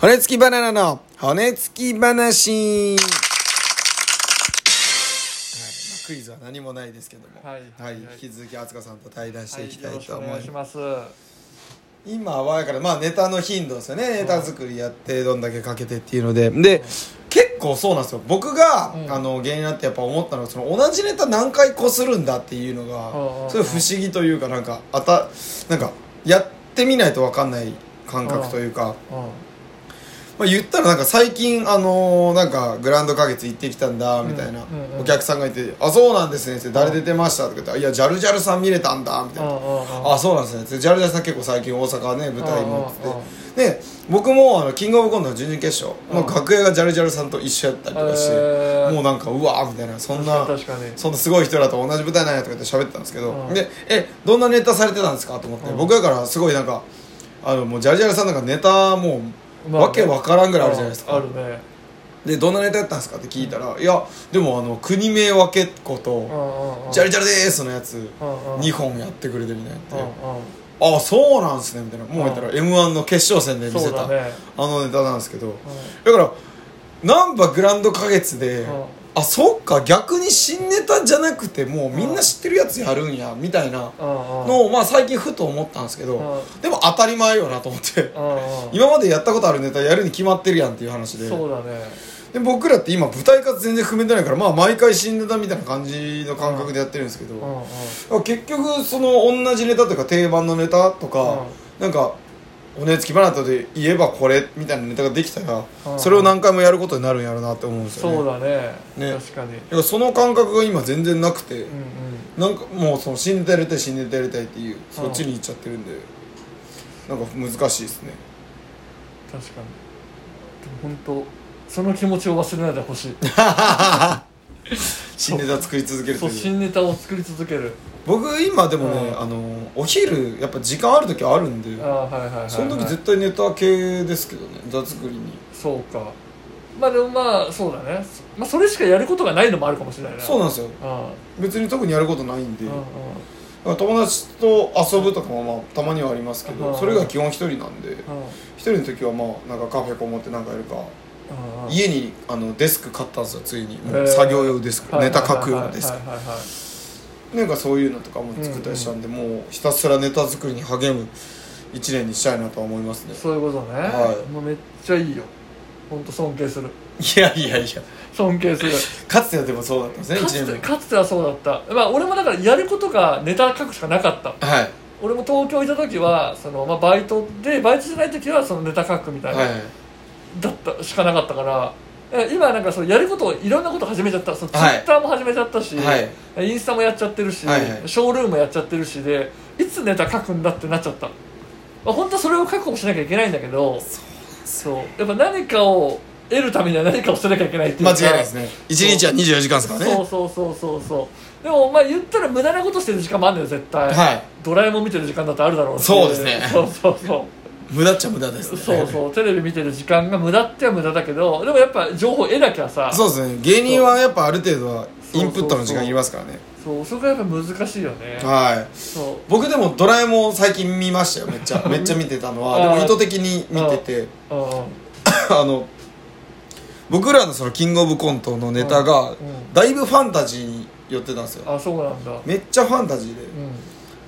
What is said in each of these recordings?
骨付きバナナの骨付き話、はいまあ、クイズは何もないですけども、はいはいはい引き続き敦賀さんと対談していきたいと思はいよろましす、くお願いします今はだからまあネタの頻度ですよねネタ作りやってどんだけかけてっていうのでで結構そうなんですよ僕が、うんあの芸人になってやっぱ思ったのがその同じネタ何回こするんだっていうのうんうんがすごい不思議というかなんかあたなんかやってみないと分かんない感覚というか、うまあ、言ったらなんか最近あのーなんかグランド花月行ってきたんだみたいなうんうんうんお客さんがいて「あそうなんですね」って「誰出てました」とか言って「いやジャルジャルさん見れたんだ」みたいんうなんうん「うんあそうなんですね」ってジャルジャルさん結構最近大阪ね舞台もうんうんうっててで僕もあのキングオブコントの準々決勝のうん楽屋がジャルジャルさんと一緒やったりとかしてへーもうなんかうわーみたいなそん な確かに確かにそんなすごい人だと同じ舞台なんやとか言って喋ってたんですけど、うんでえどんなネタされてたんですかと思って、うん僕だからすごいなんかあのもうジャルジャルさんなんかネタもう、まあねわけわからんぐらいあるじゃないですか、あるねでどんなネタやったんですかって聞いたら、いやでもあの国名分けっこと、ジャルジャルですのやつ、うんうん2本やってくれてみたいなって、うんああそうなんすねみたいなもう言ったら m 1の決勝戦でうん見そせうた、だねあのネタなんですけど、だからなんばグランド花月で、うんあそっか逆に新ネタじゃなくてもうみんな知ってるやつやるんやみたいなうんうんのをまあ最近ふと思ったんですけどうでも当たり前よなと思ってうんうん今までやったことあるネタやるに決まってるやんっていう話でそうだねで僕らって今舞台化全然踏めてないからまあ毎回新ネタみたいな感じの感覚でやってるんですけどうんうん結局その同じネタというか定番のネタとか、なんかおねつきバナナで言えばこれみたいなネタができたら、うんそれを何回もやることになるんやろうなって思うんですよねそうだねね確かにだからその感覚が今全然なくて、うんうんなんかもうその死んでやりたい死んでやりたいっていうそっちに行っちゃってるんで、なんか難しいですね確かにでも本当その気持ちを忘れないでほしい新ネタ作り続けるとそういう新ネタを作り続ける僕今でもね、うんあのお昼やっぱ時間ある時あるんで、ああはいはいはい、はい、その時絶対ネタ系ですけどねネタ作りにそうかまあでもまあそうだね、まあ、それしかやることがないのもあるかもしれないねそううなんですよあ別に特にやることないんあで、うんうん友達と遊ぶとかもまあたまにはありますけど、うんそれが基本一人なんでうん一人の時はまあなんかカフェこもってなんかやるか、うんうん家にあのデスク買ったんですよついにもへうー作業用デスク、はいネタ書く用のデスはいはいはいはいはいクなんかそういうのとかも作ったりしたんで、もうひたすらネタ作りに励む一年にしたいなとは思いますねそういうことね、はいもうめっちゃいいよ本当尊敬するいやいやいや尊敬するかつてはでもそうだったんですねか一つ年てかつてはそうだったまあ俺もだからやることがネタ書くしかなかった目はい俺も東京いた時はその、まあ、バイトでバイトじゃない時はそのネタ書くみたいな、はいだったしかなかったからえ今なんかそうやることをいろんなこと始めちゃったそのツイはいッターも始めちゃったし、はいインスタもやっちゃってるし、はいはいショールームやっちゃってるしでいつネタ書くんだってなっちゃった、まあ、本当はそれを確保しなきゃいけないんだけどそうやっぱ何かを得るためには何かをしなきゃいけないっていう間か違いないですね一日は24時間ですからねそうそうそうそうそうでもまあ言ったら無駄なことしてる時間もあるんだよ絶対、はいドラえもん見てる時間だってあるだろうしそうですねそうそうそう無駄っちゃ無駄ですねそうそうテレビ見てる時間が無駄っては無駄だけどでもやっぱ情報得なきゃさそうですね芸人はやっぱある程度はインプットの時間いりますからねそうそこがやっぱ難しいよねはいそ僕でもドラえもん最近見ま したよめっちゃめっちゃ見てたのはあーでも意図的に見ててううん あの僕らのそのキングオブコントのネタがんだいぶファンタジーに寄ってたんですよあそうなんだめっちゃファンタジーでう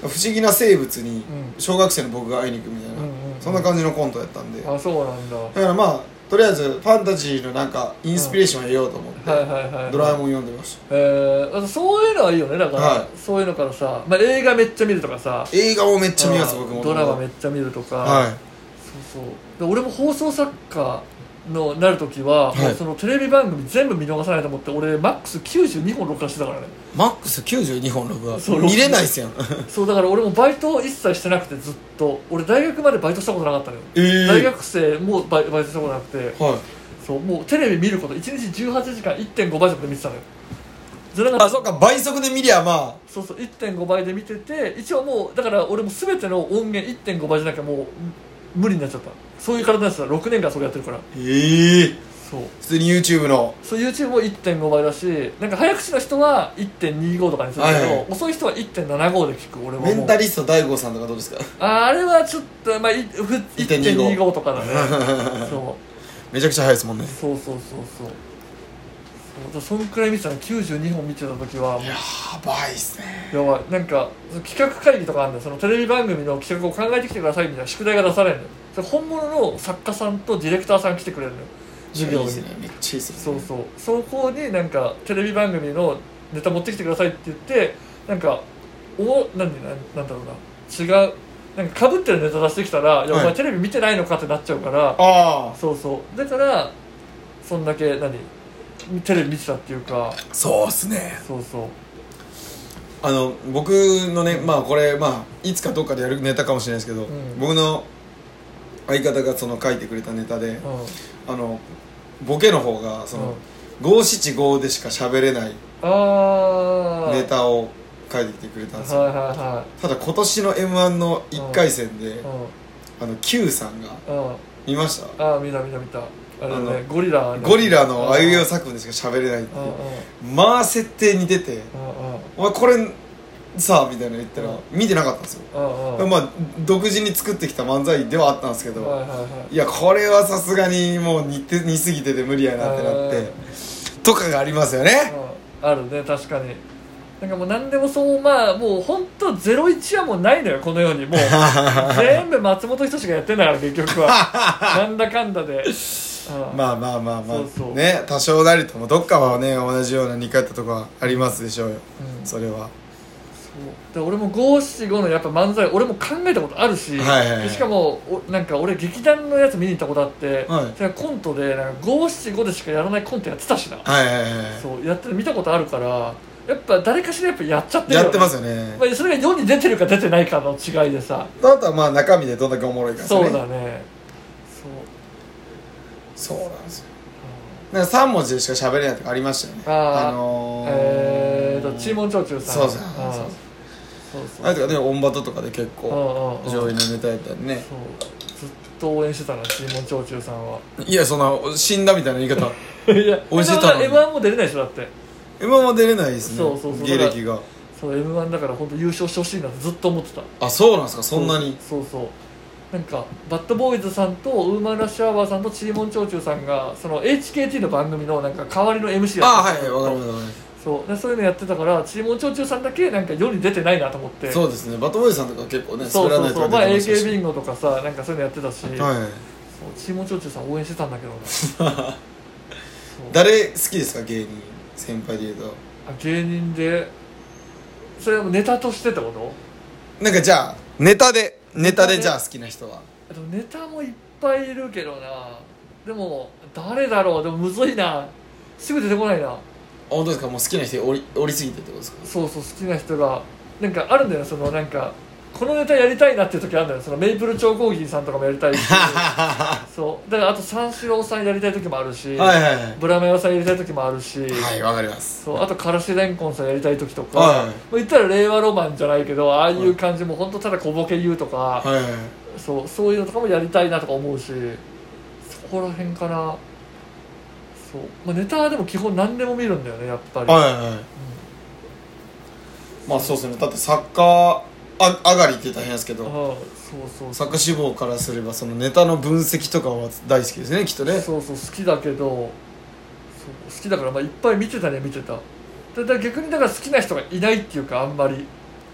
不思議な生物にう小学生の僕が会いに行くみたいなうんうんうんそんな感じのコントやったんでんあそうなんだはだからまあとりあえずファンタジーのなんかインスピレーションを得ようと思っいはいてはいドラえんもん読んでましたえー、そういうのはいいよねだから、はいそういうのからさ、まあ、映画めっちゃ見るとかさ映画をめっちゃ見ますうん僕もドラマめっちゃ見るとか、はいそうそうで俺も放送作家のなる時は、はいもうそのテレビ番組全部見逃さないと思って俺マックス92本録画してたから ねマックス92本録画そう見れないっすやんそうだから俺もバイト一切してなくてずっと俺大学までバイトしたことなかったのよ、えー大学生もバイバイトしたことなくてはいそうもうテレビ見ること1日18時間1.5倍速で見てたのよじゃなかあったそっか倍速で見りゃまそうそう1.5倍で見てて一応もうだから俺も全ての音源1.5倍じゃなきゃもう無理になっちゃったそういう体になってた6年間それやってるからあええそう普通に YouTube のそう YouTube も1.5倍だしなんか早口の人は1.25とかにするけど、はいはい遅い人は1.75で聞く俺ももメうンタリスト大悟さんとかどうですかああれはちょっと、まあ、いふ1.25とかだね そめちゃくちゃ早いですもんねうそうそうそうそうそうそんくらい見てたの92本見てた時はもうやばいっすねやばいなんかその企画会議とかあるんだよそのテレビ番組の企画を考えてきてくださいみたいな宿題が出されるのよそれ本物の作家さんとディレクターさん来てくれるのよ授業いいにっすねめっちゃいいっすねそうそうそこになんかテレビ番組のネタ持ってきてくださいって言ってなんかおもなんでなんなんだろうな違うなんか被ってるネタ出してきたら「いやおは前いテレビ見てないのか」ってなっちゃうからあそうそうだからそんだけ何テレビ見てたっていうかあそうっすねそうそうあの僕のねまあこれまあいつかどっかでやるネタかもしれないですけど、ん僕の相方がその書いてくれたネタで、うんあのボケの方がそのうん五七五でしか喋れないああネタを書いてきてくれたんですよ、はいはいはただ今年の m 1の1回戦で、いうんあの Q さんがうん見ましたああ見た見た見たあれだあねのゴリラゴリラのあいうえおよ作文でしか喋れないってういんうんうまあ設定似ててうんうん「お前これさ」みたいなの言ったらうん見てなかったんですようんうんまあ独自に作ってきた漫才ではあったんですけはいどはいはいいやこれはさすがにもう似て似すぎてて無理やなってなってとかがありますよねうんあるね確かになんかもう何でもそうまあもう本当ゼロ一はもうないのよこの世にもう全部松本人志がやってんだから結局はなんだかんだで、うんまあまあまあまあそうそうね多少なりともどっかはね同じような似通ったとこはありますでしょうようんそれはそうで俺も五七五のやっぱ漫才俺も考えたことあるし、はいはいはいでしかもおなんか俺劇団のやつ見に行ったことあって、はいそれコントでなんか五七五でしかやらないコントやってたしな、はいはいはそうやって見たことあるからやっぱ誰かしらやっぱやっちゃっているよやねってますよねまあ、それが世に出てるか出てないかの違いでさあとはまあ中身でどんだけおもろいかですそうねだねそうそうなんですよなんか3文字でしか喋れないとかありましたよねあーあのーえーとチーモンチョウチュウさんそうそううんそうそうそうあれとかねオンバトとかで結構うんうんうん上位のネタやったんでねそうずっと応援してたなチーモンチョウチュウさんはいやその死んだみたいな言い 方 いや応援してたのに m 1も出れないでしょだって今も出れないですねそうそうそう芸歴がそう m 1だから本当優勝してほしいなってずっと思ってたあそうなんですかそんなにそうそうそうなんかバッドボーイズさんとウーマンラッシュアワーさんとチーモンチョウチュウさんがその HKT の番組のなんか代わりの MC やってたあはいはいわかりますわかりまそうでそういうのやってたからチーム長中さんだけなんか世に出てないなと思ってすそうですねバトボーイさんとか結構ねそうそうそうまあらないとか出てま AK しビンゴとかさなんかそういうのやってたし、たしはいそうチーム長中さん応援してたんだけどなそう 誰好きですか芸人先輩で言うとあ芸人でそれはもうネタとしてってことなんかじゃあネタでネタネタででじゃあ好きな人はでもネタもいっぱいいるけどなでも誰だろうでもむずいなすぐ出てこないなあ本当ですかもう好きな人おりおりすぎてってことですかそうそう好きな人がなんかあるんだよそのなんかこのネタやりたいなっていう時あるんだよそのメイプル超合金さんとかもやりた いしそうだからあと三四郎さんやりたい時もあるし、はいはいはいブラメオさんやりたい時もあるし、はいわかりますそうあとからしれんこんさんやりたい時とか、はいまあ、言ったら令和ロマンじゃないけどああいう感じも本当ただ小ボケ言うとか、はいはいはいそうそういうのとかもやりたいなとか思うしそこら辺かなそう、まあ、ネタはでも基本何でも見るんだよねやっぱり、はいはいまあそうですねだってサッカーあ上がりって大変ですけうんどそうそうサッカー志望からすればそのネタの分析とかは大好きですねきっとねそうそう好きだけどそう好きだからまあいっぱい見てたね見てただから逆にだから好きな人がいないっていうかあんまり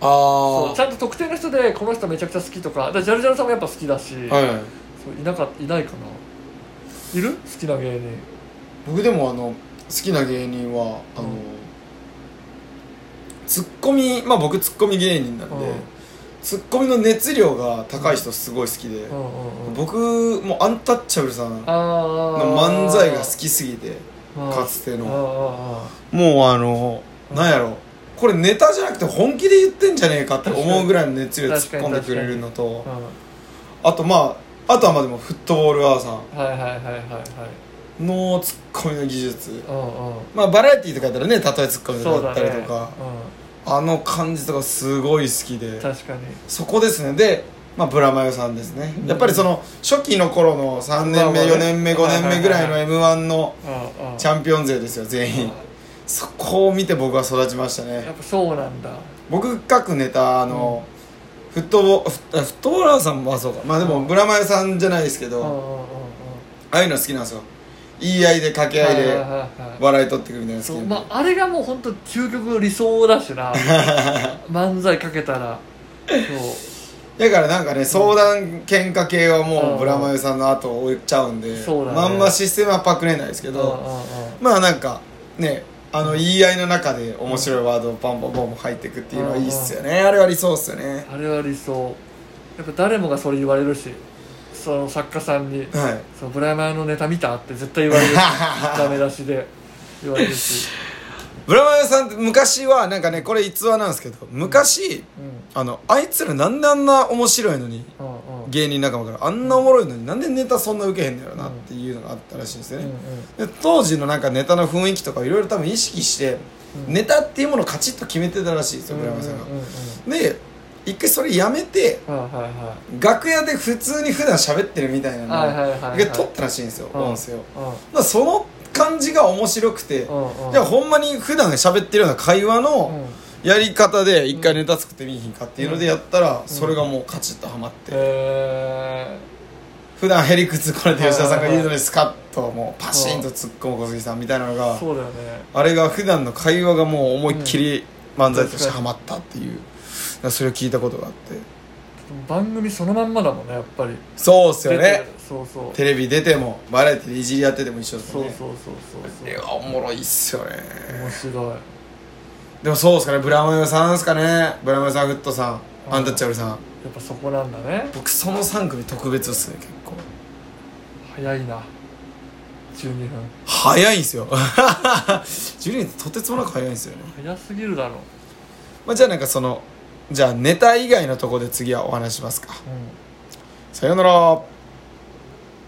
そあうちゃんと特定の人でこの人めちゃくちゃ好きとかだからジャルジャルさんもやっぱ好きだし、あはいはいそういなかいないかないる好きな芸人僕でもあの好きな芸人はあの、うんツッコミまあ僕ツッコミ芸人なんで、うんツッコミの熱量が高い人すごい好きでう、んうんうん僕もうアンタッチャブルさんのあ漫才が好きすぎてあかつてあのああもうあのなんやろこれネタじゃなくて本気で言ってんじゃねえかって思うぐらいの熱量で突っ込んでくれるのとあああとまああとはまあでもフットボールアワーさうんはいはいはいはいはいんのツッコミの技術うんうんまあバラエティーとかやったらね例えツッコミとそうかあだっねたりとか、あの感じとかすごい好きうでん、確かにそこですねでまあブラマヨさんですね、やっぱりその初期の頃の3年目まあま4あね年目5年目ぐらいの m 1のうんうんチャンピオン勢ですよ全員そこを見て僕は育ちましたやねっぱそうなんだ僕各ネタあの、フットボフッフットボーラーさんもまあそうかまあでもブラマヨさんじゃないですけうど、んうんうあんうんあいうの好きなんですよ言い合いで掛け合いはいはいではいはい笑い取ってくるみたいなの好そうきまああれがもう本当究極の理想だし な漫才かけたらそだからなんかね相談喧嘩系はうもんうブラマヨさんの後を追っちゃうんで、そうだねまんまシステムはパクれないですけうど、うんうんうんまあなんかねあの言い合いの中で面白いワードをバンバンバンバン入っていくっていうのはいいっすよねあれは理想っすよねあれは理想やっぱ誰もがそれ言われるしその作家さんにはい「そのブラマヨのネタ見た?」って絶対 言われるダメ出しで言われるし、ブラマヨさんって昔はなんかねこれ逸話なんですけど昔うんあのあいつらなんであんな面白いのにうんうん芸人仲間からあんなおもろいのになんでネタそんなウケへんのやろなっていうのがあったらしいんですようんね、うんで当時のなんかネタの雰囲気とかいろいろ多分意識して、うんネタっていうものをカチッと決めてたらしいですよ村山さんが、うんうんうんで一回それやめてうんはいはいは楽屋で普通に普段喋ってるみたいなのを、はいはいはいはい一回撮ったらしいんですよ、うん音声をいまあその感じが面白くて、うんうんじゃあほんまに普段喋ってるような会話うんのやり方で一回ネタ作ってみいひんかっていうのでやったら、んそれがもうカチッとはまって、へ普段へりくつこれて吉田さんが言うのにスカッともうパシーンと突っ込む小杉さんみたいなのが、ーそうだよねあれが普段の会話がもう思いっきり漫才としてハマったっていう、だからそれを聞いたことがあって番組そのまんまだもんねやっぱりそうっすよ出てねるそうそうテレビ出てもバラエティでいじり合ってても一緒ですそようねそうそうそういそうやおもろいっすよね面白いでもそうっすかねブラマヨさんっすかねブラマヨさんフットさんうんアンタッチャブルさんやっぱそこなんだね僕その3組特別っすね結構早いな12分早いんすよ ジュリーンってとてつもなく早いんすよね、早すぎるだろまあ、じゃあなんかそのじゃあネタ以外のとこで次はお話しますかうんさようなら